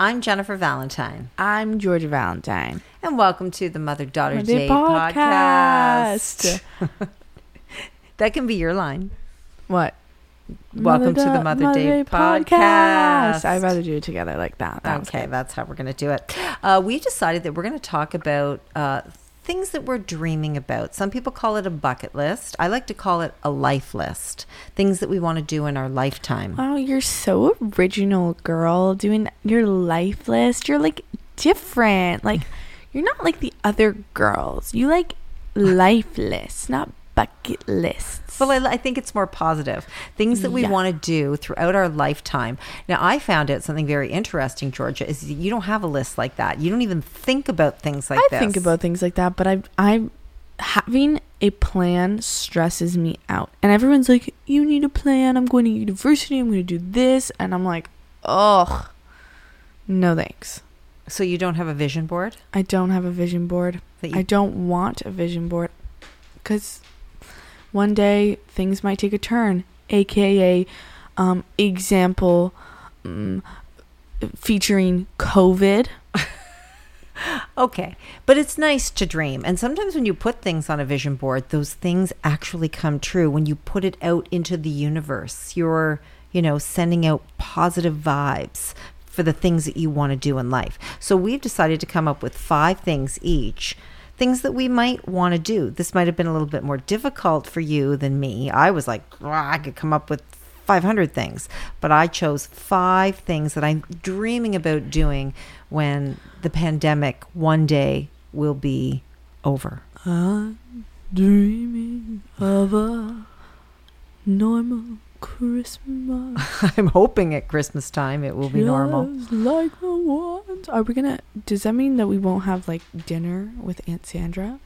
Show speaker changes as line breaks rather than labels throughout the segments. I'm Jennifer Valentine,
I'm Georgia Valentine.
and welcome to the Mother Daughter
Mother
Jade podcast.
Podcast.
that can be your line.
What?
Welcome to the
Da-
Mother, Day, podcast.
I'd rather do it together like that. That was
okay,
good.
that's how we're going to do it. Uh, we decided that we're going to talk about uh, things that we're dreaming about. Some people call it a bucket list. I like to call it a life list. Things that we want to do in our lifetime.
Wow, you're so original, girl. Doing your life list. You're like different. Like, you're not like the other girls. You like life lists, not bucket lists.
Well, I, I think it's more positive. Things that we
Yeah.
want to do throughout our lifetime. Now, I found out something very interesting, Georgia, is you don't have a list like that. You don't even think about things like
I
this.
think about things like that, but I I having a plan stresses me out. And everyone's like, "You need a plan. I'm going to university. I'm going to do this." And I'm like, "Ugh. No thanks.
So you don't have a vision board?
I don't have a vision board.
That
I
you,
don't want a vision board cuz one day things might take a turn, aka um example um, featuring COVID.
okay. But it's nice to dream. And sometimes when you put things on a vision board, those things actually come true. When you put it out into the universe, you're, you know, sending out positive vibes for the things that you want to do in life. So we've decided to come up with five things each. Things that we might want to do. This might have been a little bit more difficult for you than me. I was like, "Ah, I could come up with 500 things, but I chose five things that I'm dreaming about doing when the pandemic one day will be over.
I'm dreaming of a normal Christmas.
I'm hoping at Christmas time it will be normal.
just Like the ones. Are we gonna? Does that mean that we won't have like dinner with Aunt Sandra?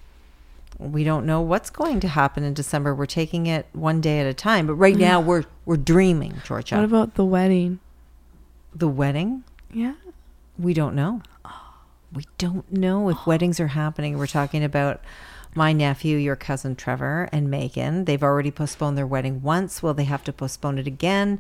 We don't know what's going to happen in December. We're taking it one day at a time, but right now we're we're dreaming, Georgia.
What about the wedding?
the wedding?
Yeah.
We don't know. We don't know if weddings are happening. We're talking about my nephew, your cousin Trevor, and Megan. They've already postponed their wedding once. Will they have to postpone it again?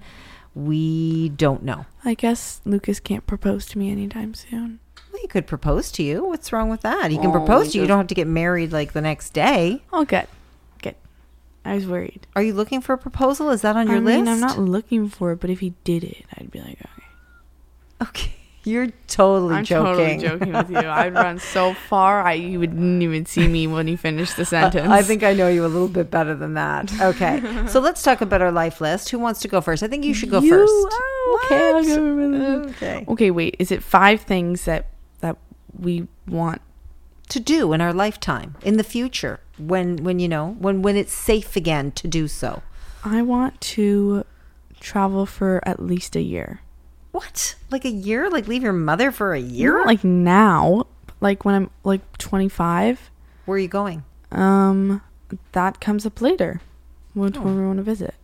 We don't know.
I guess Lucas can't propose to me anytime soon.
Well, he could propose to you. What's wrong with that? He can
Oh,
propose to
he
you. You
does-
don't have to get married like the next day.
Oh, good. Good. I was worried.
Are you looking for a proposal? Is that on your
I mean,
list?
I'm not looking for it, but if he did it, I'd be like, okay.
Okay. You're totally
I'm
joking.
totally joking with you. I'd run so far, I he wouldn't even see me when he finished the sentence.
I think I know you a little bit better than that. Okay. so let's talk about our life list. Who wants to go first? I think you should go
You-
first.
oh, okay, I'll
What?
go with it.
Okay.
Okay, wait. Is it five things that that we want?
To do in our lifetime, in the future, when when you know, when when it's safe again to do so.
I want to travel for at least a year.
What? Like a year? Like leave your mother for a year?
Not like now, but like when I'm like 25.
Where are you going?
Um, that comes up later. Which one we want to visit?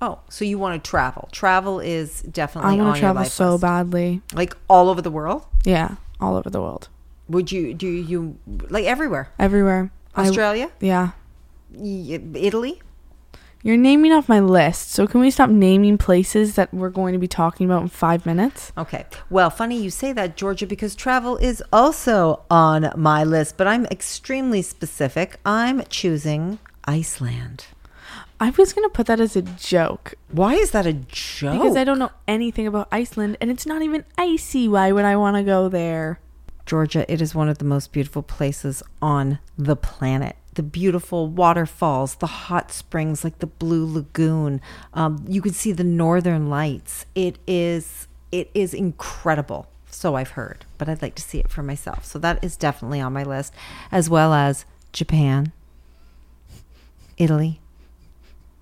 Oh, so you want to travel? Travel is definitely on
I want to
your
travel
life
so
list.
badly.
Like all over the world?
Yeah, all over the world,
Would you do you like everywhere?
everywhere. I-
Australia,
yeah.
Y- Italy?
You're naming off my list, so can we stop naming places that we're going to be talking about in five minutes?
Okay. Well, funny you say that, Georgia, because travel is also on my list, but I'm extremely specific. I'm choosing Iceland.
I was going to put that as a joke,
Why is that a joke?
Because I don't know anything about Iceland and it's not even icy. Why would I want to go there?
Georgia, it is one of the most beautiful places on the planet. The beautiful waterfalls, the hot springs like the Blue Lagoon. Um, you can see the Northern Lights. It is it is incredible. So I've heard, but I'd like to see it for myself. So that is definitely on my list, as well as Japan, Italy,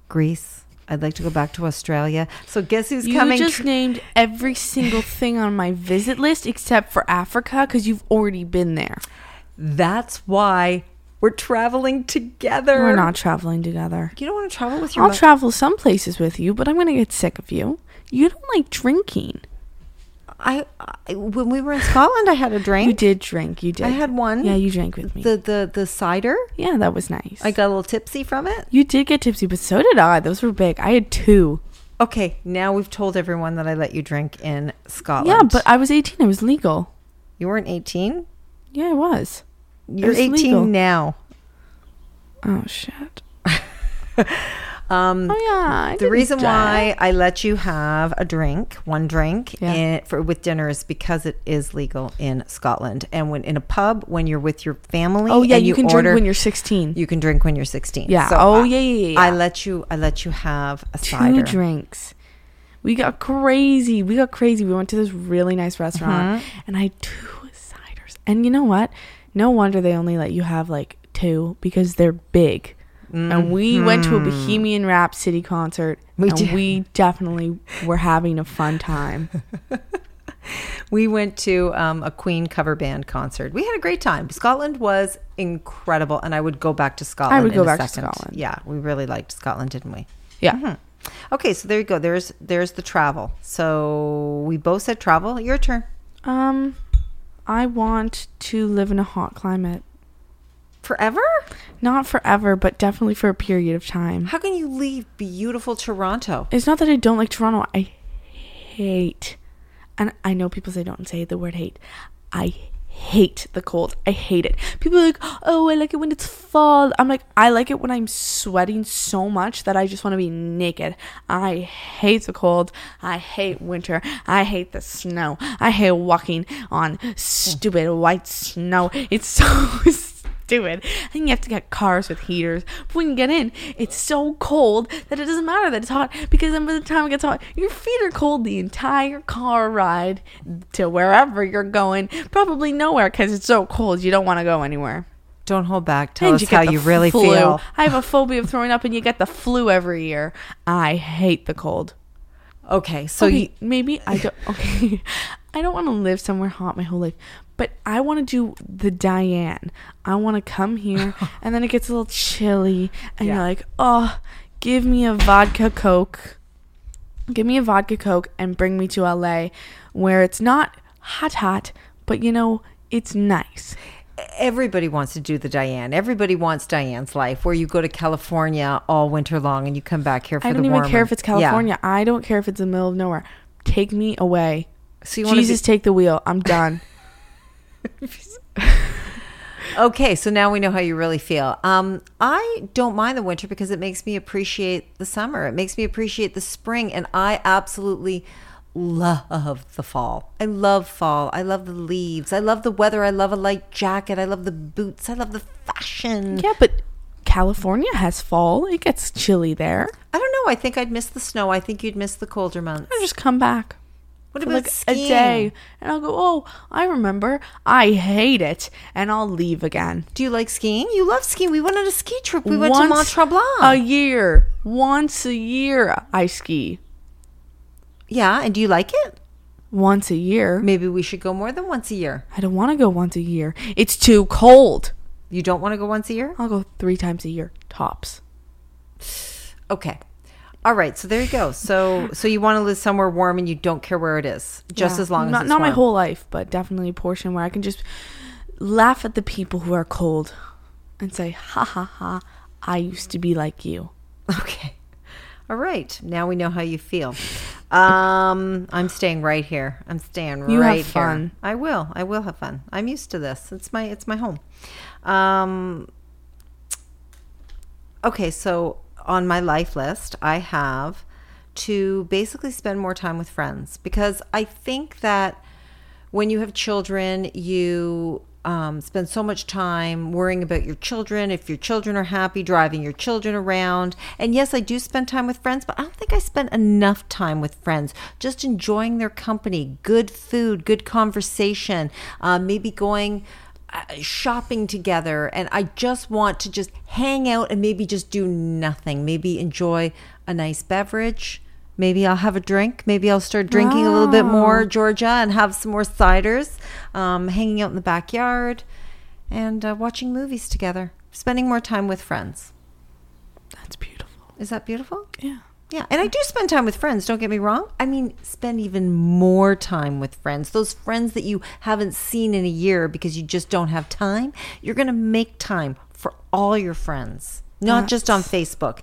Greece. I'd like to go back to Australia. So guess who's
you
coming?
just
tr-
named every single thing on my visit list except for Africa because you've already been there.
That's why we're traveling together.
We're not traveling together.
You don't want to travel with your
I'll
mo-
travel some places with you, but I'm going to get sick of you. You don't like drinking.
I, I when we were in Scotland, I had a drink.
You did drink. You did.
I had one.
Yeah, you drank with me.
the the the cider.
yeah, that was nice.
I got a little tipsy from it.
you did get tipsy, but so did I. Those were big. I had two.
Okay, now we've told everyone that I let you drink in Scotland.
Yeah, but I was 18. I was legal.
you weren't 18?
Yeah, I was.
You're
was
18
legal.
now.
Oh shit.
Um,
Oh yeah. I
the
didn't
reason
drive.
why I let you have a drink, one drink
Yeah.
in, for with dinner is because it is legal in Scotland. And when in a pub, when you're with your family,
Oh yeah,
and
you, can
order,
drink when you're 16.
you can drink when you're 16.
yeah.
So
oh
I,
yeah, yeah, yeah.
I
yeah.
let you. I let you have a
two
cider.
drinks. We got crazy. We got crazy. We went to this really
Uh-huh.
nice restaurant and I had two ciders. And you know what? No wonder they only let you have like two because they're big. And we went to a Bohemian Rhapsody concert
Mm-hmm. We
and
did.
we definitely were having a fun time.
We went to um, a Queen cover band concert. We had a great time. Scotland was incredible, and I would go back to Scotland.
would
in
go
a
back to
second.
Scotland.
Yeah, we really liked Scotland, didn't we? Hmm.
Yeah.
Okay, so there you go. There's there's the travel. So we both said travel. Your turn.
Um I want to live in a hot climate.
Forever?
Not forever, but definitely for a period of time.
How can you leave beautiful Toronto?
It's not that I don't like Toronto. I hate, and I know people say don't say the word hate. I hate the cold. I hate it. People are like, oh, I like it when it's fall. I'm like, I like it when I'm sweating so much that I just want to be naked. I hate the cold. I hate winter. I hate the snow. I hate walking on stupid white snow. It's so stupid. And you have to get cars with heaters. But when you get in, it's so cold that it doesn't matter that it's hot because then by the time it gets hot, your feet are cold the entire car ride to wherever you're going. Probably nowhere because it's so cold you don't want to go anywhere.
Don't hold back. Tell us
get
how
the
you really
flu.
feel.
I have a phobia of throwing up and you get the flu every year. I hate the cold.
Okay, so
Okay,
you,
maybe I don't. Okay, I don't want to live somewhere hot my whole life, but I want to do the Diane. I want to come here, and then it gets a little chilly, and
Yeah.
you're like, oh, give me a vodka coke, give me a vodka coke, and bring me to LA, where it's not hot hot, but you know it's nice.
everybody wants to do the Diane. Everybody wants Diane's life, where you go to California all winter long and you come back here for
I
the
don't even
warmer.
care if it's
Yeah.
California. I don't care if it's the middle of nowhere. Take me away.
So you want
Jesus, take the wheel. I'm done.
Okay, so now we know how you really feel. Um, I don't mind the winter because it makes me appreciate the summer. It makes me appreciate the spring, and I absolutely love the fall. I love fall. I love the leaves. I love the weather. I love a light jacket. I love the boots. I love the fashion.
Yeah, but California has fall. It gets chilly there.
I don't know. I think I'd miss the snow. I think you'd miss the colder months.
I just come back
What
for
about
like
skiing?
a day and I'll go, "Oh, I remember. I hate it." And I'll leave again.
Do you like skiing? You love skiing. We went on a ski trip. We went to Mont Tremblant.
a year. Once a year I ski.
yeah, and do you like it?
Once a year.
Maybe we should go more than once a year.
I don't want to go once a year. It's too cold.
You don't want to go once a year?
I'll go 3 times a year tops.
Okay. All right. So there you go. So so you want to live somewhere warm and you don't care where it is, just
Yeah.
as long
not,
as it's
not my
warm.
whole life, but definitely a portion where I can just laugh at the people who are cold and say, "Ha ha ha, I used to be like you."
Okay. All right. Now we know how you feel. Um, I'm staying right here. I'm staying
You have
right here.
fun.
I will. I will have fun. I'm used to this. It's my it's my home. Um, okay. So on my life list, I have to basically spend more time with friends because I think that when you have children, you um, spend so much time worrying about your children, if your children are happy, driving your children around. And yes, I do spend time with friends, but I don't think I spend enough time with friends, just enjoying their company, good food, good conversation, uh, maybe going uh, shopping together and I just want to just hang out and maybe just do nothing. Maybe enjoy a nice beverage. Maybe I'll have a drink. Maybe I'll start drinking a little bit more, Georgia, and have some more ciders. Um, hanging out in the backyard and uh, watching movies together. Spending more time with friends.
That's beautiful.
Is that beautiful?
Yeah.
Yeah, and I do spend time with friends, don't get me wrong. I mean, spend even more time with friends. Those friends that you haven't seen in a year because you just don't have time, you're going to make time for all your friends, not just on Facebook,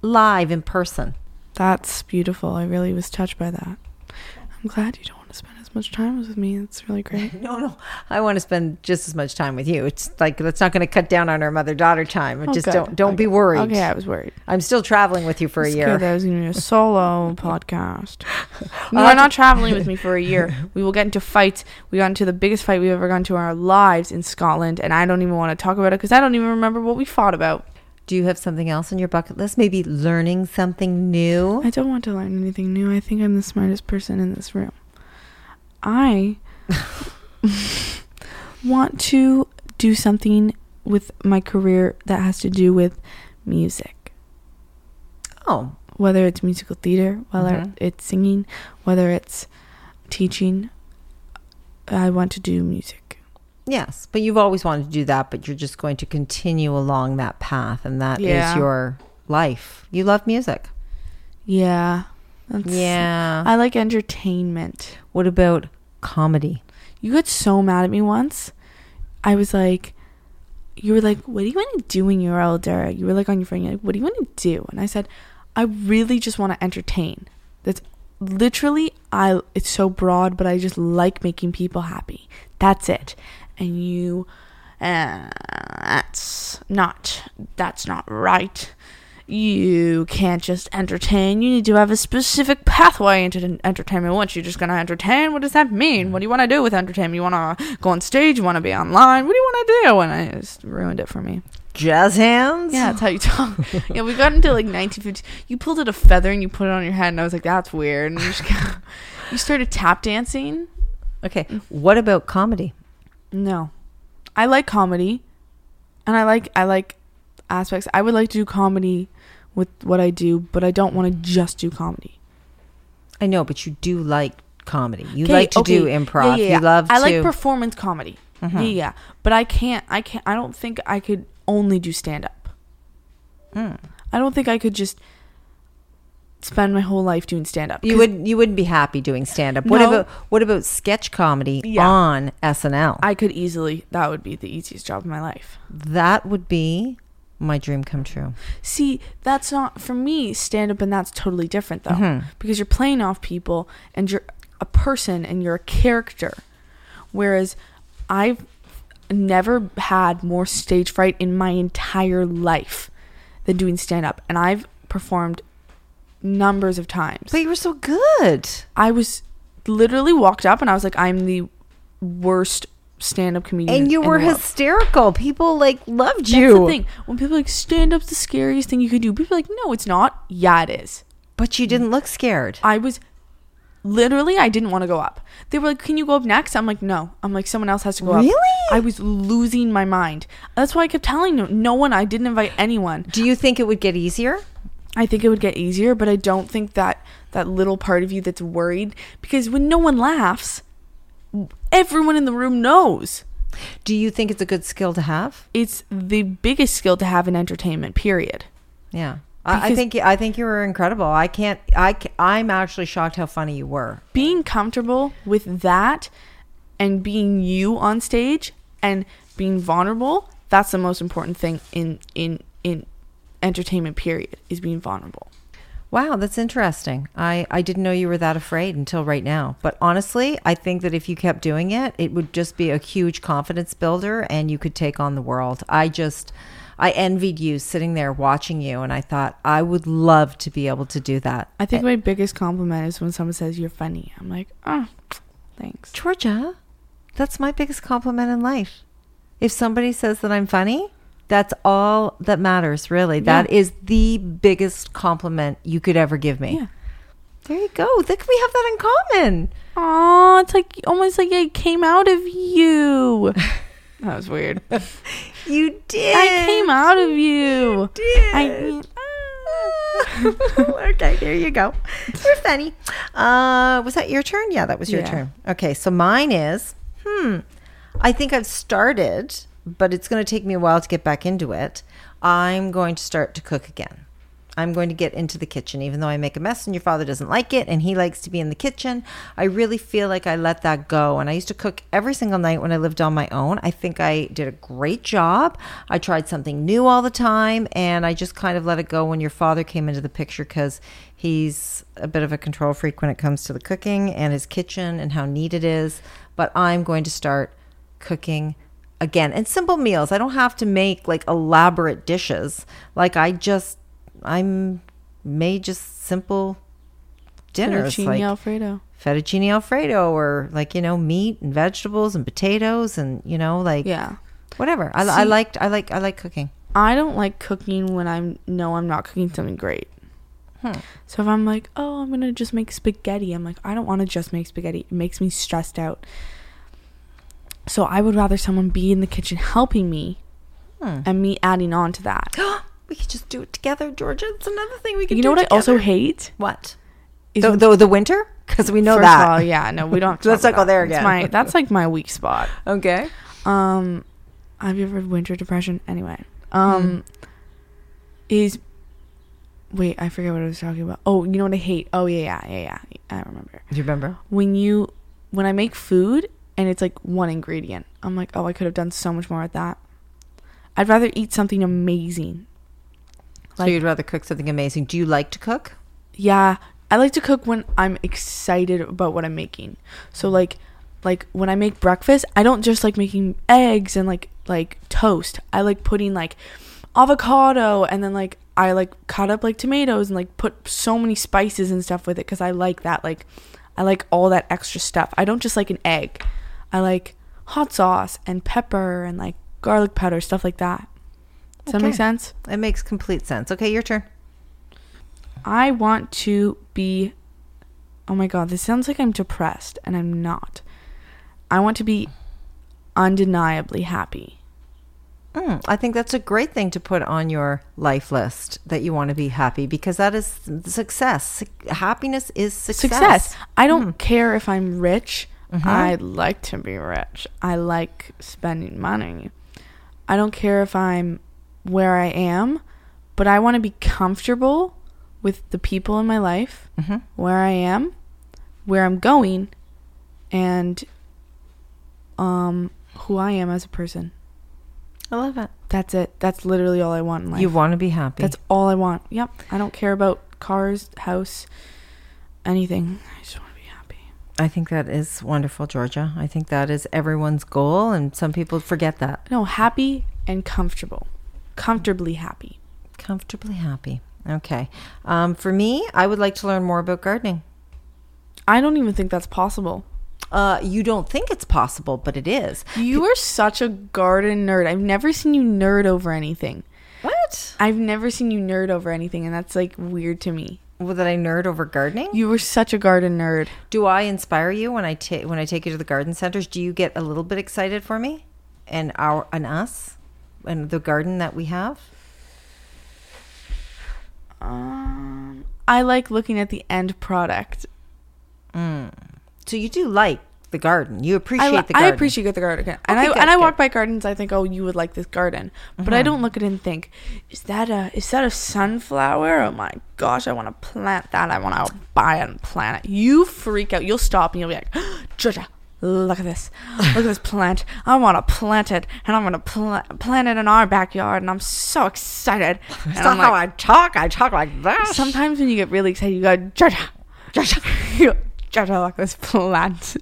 live in person.
That's beautiful. I really was touched by that. I'm glad you don't want to spend as much time with me. It's really great.
No, no. I want to spend just as much time with you. It's like that's not going to cut down on our mother daughter time.
Oh,
just
good.
don't don't be
Okay.
worried.
Okay, I was worried.
I'm still traveling with you for a
It's
year.
good that I was going to do a solo podcast. You
I'll
are
have
not traveling with me for a year. We will get into fights. We got into the biggest fight we've ever gone to in our lives in Scotland, and I don't even want to talk about it because I don't even remember what we fought about.
Do you have something else on your bucket list? Maybe learning something new?
I don't want to learn anything new. I think I'm the smartest person in this room. I want to do something with my career that has to do with music,
Oh,
whether it's musical theater, whether
Mhm.
it's singing, whether it's teaching. I want to do music.
yes. But you've always wanted to do that, but you're just going to continue along that path and that is
Yeah.
your life. You love music.
Yeah. That's,
Yeah.
I like entertainment.
What about comedy?
You got so mad at me once. I was like, you were like, what do you want to do when you're older? You were like on your phone, you're like, what do you want to do? And I said, I really just want to entertain. That's literally, I. It's so broad, but I just like making people happy. That's it. And you, uh, that's not. That's not right. You can't just entertain. You need to have a specific pathway into the entertainment. Once you're just gonna entertain, what does that mean? What do you want to do with entertainment? You want to go on stage? You want to be online? What do you want to do? And I just ruined it for me.
Jazz hands?
Yeah, that's how you talk. yeah, we got into like 1950. You pulled out a feather and you put it on your head, and I was like, that's weird. And you, just you started tap dancing.
Okay. What about comedy?
No, I like comedy, and I like I like aspects. I would like to do comedy with what I do, but I don't want to just do comedy.
I know, but you do like comedy. You
'Kay,
like to do
okay.
improv.
Yeah, yeah, yeah.
You love
I
to Mm-hmm. uh-huh.
like performance comedy. Yeah, yeah, but I can't. I can't. I don't think I could only do stand up.
Mm.
I don't think I could just spend my whole life doing stand up.
You would you wouldn't be happy doing stand up. What
No.
about what about sketch comedy
Yeah.
on SNL?
I could easily. That would be the easiest job of my life.
that would be my dream come true.
See, that's not for me stand up, and that's totally different though,
Mm-hmm.
because you're playing off people and you're a person and you're a character. Whereas I've never had more stage fright in my entire life than doing stand up, and I've performed numbers of times.
But you were so good.
I was literally walked up and I was like, I'm the worst stand up comedian,
And you
in
were
the world.
hysterical. People like loved
That's
you.
the thing. When people are like stand up's the scariest thing you could do, people are like, no, it's not. Yeah, it is.
But you didn't look scared.
I was literally I didn't want to go up. They were like, "Can you go up next?" I'm like, "No." I'm like, "Someone else has to go up."
Really?
I was losing my mind. That's why I kept telling no, no one. I didn't invite anyone.
Do you think it would get easier?
I think it would get easier, but I don't think that that little part of you that's worried because when no one laughs, everyone in the room knows.
Do you think it's a good skill to have?
It's the biggest skill to have in entertainment, period.
Yeah. I, I
Because-
think I think you were incredible. I can't I ca- I'm actually shocked how funny you were.
being comfortable with that and being you on stage and being vulnerable that's the most important thing in in in entertainment period is being vulnerable
Wow, that's interesting. I, I didn't know you were that afraid until right now. But honestly, I think that if you kept doing it, it would just be a huge confidence builder and you could take on the world. I just, I envied you sitting there watching you and I thought, I would love to be able to do that.
i think my biggest compliment is when someone says you're funny i'm like oh thanks
Georgia, that's my biggest compliment in life. If somebody says that I'm funny, that's all that matters, really. That
Yeah.
is the biggest compliment you could ever give me.
yeah
There you go. Look, we have that in common.
oh it's like almost like it came out of you that was weird
You did.
i came out of you
Did. Ah.
I-
okay, there you go. You're funny. Uh, was that your turn? Yeah, that was your
Yeah.
turn. Okay, so mine is. Hmm. I think I've started, but it's going to take me a while to get back into it. I'm going to start to cook again. I'm going to get into the kitchen, even though I make a mess and your father doesn't like it and he likes to be in the kitchen. I really feel like I let that go. And I used to cook every single night when I lived on my own. I think I did a great job. I tried something new all the time and I just kind of let it go when your father came into the picture because he's a bit of a control freak when it comes to the cooking and his kitchen and how neat it is. But I'm going to start cooking again and simple meals. I don't have to make like elaborate dishes. Like I just I'm made just simple dinners
Fettuccine
like
Alfredo.
fettuccine alfredo or like you know meat and vegetables and potatoes and you know like
Yeah.
whatever. I, I
See-
liked I like I like cooking.
I don't like cooking when I'm no, I'm not cooking something great.
Hmm.
So if I'm like, oh, I'm gonna just make spaghetti, I'm like, I don't want to just make spaghetti. It makes me stressed out. So I would rather someone be in the kitchen helping me,
Hmm.
and me adding on to that.
we could just do it together, Georgia. It's another thing we could.
You
do
know what I also
together.
hate?
what
Is
the,
when-
the the winter because we know
first
that.
Of all, yeah, no, we don't. Have to
Let's
talk
not go
about
there
that. It's
again.
my- that's like my weak spot.
Okay.
Um, have you ever had winter depression? Anyway, um, is wait, I forget what I was talking about. Oh, you know what I hate? Oh yeah, yeah, yeah, yeah. I remember
Do you remember?
when you when I make food and it's like one ingredient. I'm like, oh, I could have done so much more with that. I'd rather eat something amazing.
so you'd rather cook something amazing. Do you like to cook?
Yeah, I like to cook when I'm excited about what I'm making. So like like when I make breakfast, I don't just like making eggs and like like toast. I like putting like avocado and then like I like cut up like tomatoes and like put so many spices and stuff with it cuz I like that like I like all that extra stuff. I don't just like an egg. I like hot sauce and pepper and like garlic powder stuff like that. Does that make
Okay.
sense?
It makes complete sense. Okay, your turn.
I want to be. Oh my god, this sounds like I'm depressed, and I'm not. I want to be undeniably happy.
Mm, I think that's a great thing to put on your life list that you want to be happy because that is success. Happiness is success. Mm-hmm.
Success. I don't care if I'm rich. I like to be rich. I like spending money. I don't care if I'm where I am, but I want to be comfortable with the people in my life,
Mm-hmm.
where I am, where I'm going, and um who I am as a person.
I love it.
That's it. That's literally all I want in life.
You want to be happy.
That's all I want. Yep. I don't care about cars, house, anything. I just want to be happy.
I think that is wonderful, Georgia. I think that is everyone's goal, and some people forget that.
No, happy and comfortable. Comfortably happy.
Comfortably happy. Okay. Um, for me, I would like to learn more about gardening.
I don't even think that's possible.
Uh, you don't think it's possible, but it is.
You are such a garden nerd. I've never seen you nerd over anything.
What?
I've never seen you nerd over anything, and that's like weird to me.
Well, that I nerd over gardening?
You were such a garden nerd.
Do I inspire you when I take when I take you to the garden centers? Do you get a little bit excited for me and our and us and the garden that we have?
Um, I like looking at the end product.
So you do like the garden. You appreciate
I, li-
the garden.
I appreciate the garden. And
Okay,
I
good,
and
good.
I
Mm-hmm.
walk by gardens. I think, oh, you would like this garden, but I don't look at it and think, is that a is that a sunflower? Oh my gosh, I want to plant that. I want to buy it and plant it. You freak out. You'll stop and you'll be like, Georgia, look at this, look at this plant. I want to plant it, and I'm gonna pla- plant it in our backyard, and I'm so excited. And
That's
I'm
not how
like-
I talk. I talk like this.
Sometimes when you get really excited, you go, Georgia, Georgia, you go, Georgia, look at this plant.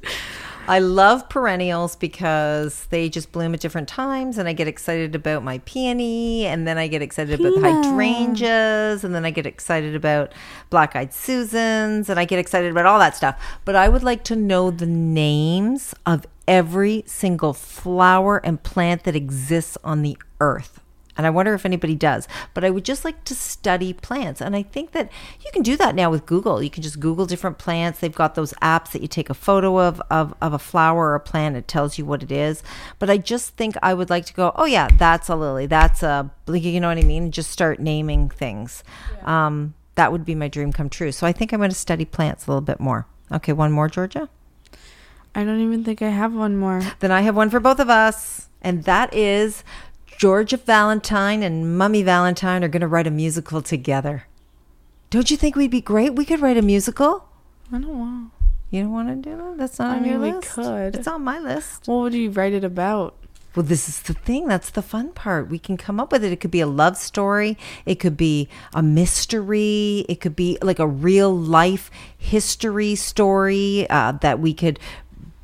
I love perennials because they just bloom at different times, and I get excited about my peony, and then I get excited about the
Peanut.
hydrangeas, and then I get excited about black eyed Susans, and I get excited about all that stuff. But I would like to know the names of every single flower and plant that exists on the earth. And I wonder if anybody does, but I would just like to study plants. And I think that you can do that now with Google. You can just Google different plants. They've got those apps that you take a photo of of, of a flower or a plant. It tells you what it is. But I just think I would like to go, oh yeah, that's a lily. That's a like, you know what I mean. Just start naming things. Um, that would be my dream come true. So I think I'm going to study plants a little bit more. Okay, one more, Georgia.
I don't even think I have one more.
Then I have one for both of us, and that is Georgia Valentine and Mummy Valentine are going to write a musical together. Don't you think we'd be great? We could write a musical.
I don't want.
You don't want to do that? That's not
I
on your
mean, we
list.
could.
It's on my list.
What would you write it about?
Well, this is the thing. That's the fun part. We can come up with it. It could be a love story. It could be a mystery. It could be like a real life history story uh, that we could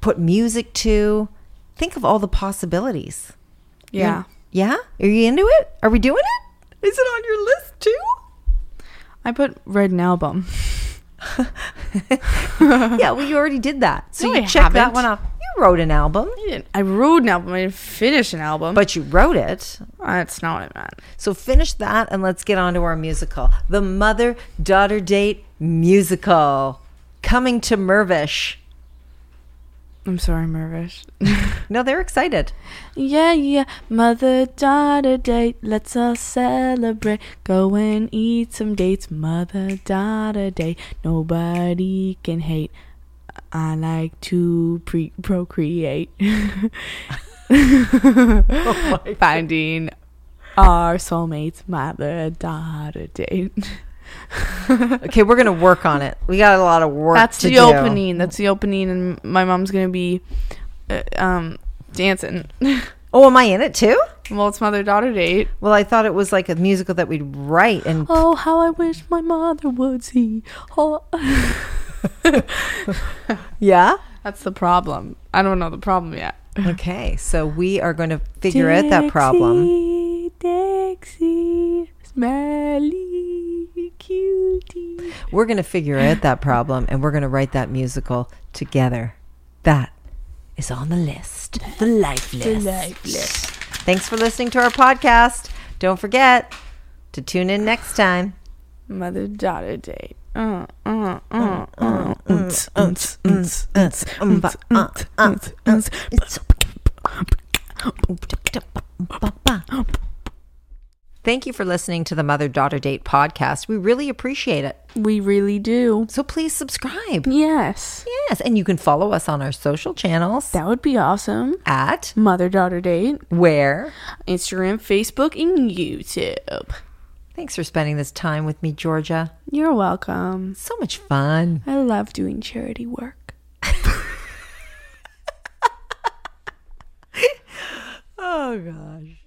put music to. Think of all the possibilities. You're-
Yeah.
yeah? Are you into it? Are we doing it? Is it on your list too?
I put write an album.
yeah, well, you already did that. So
No,
you
I
checked that
haven't.
one off. You wrote an album,
I didn't- I wrote an album. I didn't finish an album.
but you wrote it.
that's not what I meant.
So finish that and let's get on to our musical. The mother daughter date musical coming to Mervish.
I'm sorry, Mervish.
No, they're excited.
yeah, yeah. Mother daughter date. Let's all celebrate. Go and eat some dates. Mother daughter date. Nobody can hate. I like to pre- procreate. Finding our soulmates. Mother daughter date.
Okay, we're gonna work on it. We got a lot of work.
That's
to
the
do.
opening. That's the opening, and my mom's gonna be, uh, um, dancing.
Oh, am I in it too?
well, it's mother daughter date.
Well, I thought it was like a musical that we'd write and
Oh, how I wish my mother would see. Oh,
yeah.
that's the problem. I don't know the problem yet.
Okay, so we are going to figure out that problem.
Dixie, Dixie, smelly cutie.
We're going to figure out that problem and we're going to write that musical together. That is on the list. The life list.
lifeless.
Thanks for listening to our podcast. Don't forget to tune in next time.
Mother daughter date. Uh, uh, uh, uh, unts, unts, unts, unts, unts, unts, unts, unts.
Thank you for listening to the Mother Daughter Date podcast. We really appreciate it.
We really do.
So please subscribe.
Yes.
Yes, and you can follow us on our social channels
That would be awesome.
at
Mother daughter date,
where.
Instagram, Facebook, and YouTube.
Thanks for spending this time with me, Georgia.
You're welcome.
So much fun.
I love doing charity work.
Oh, gosh.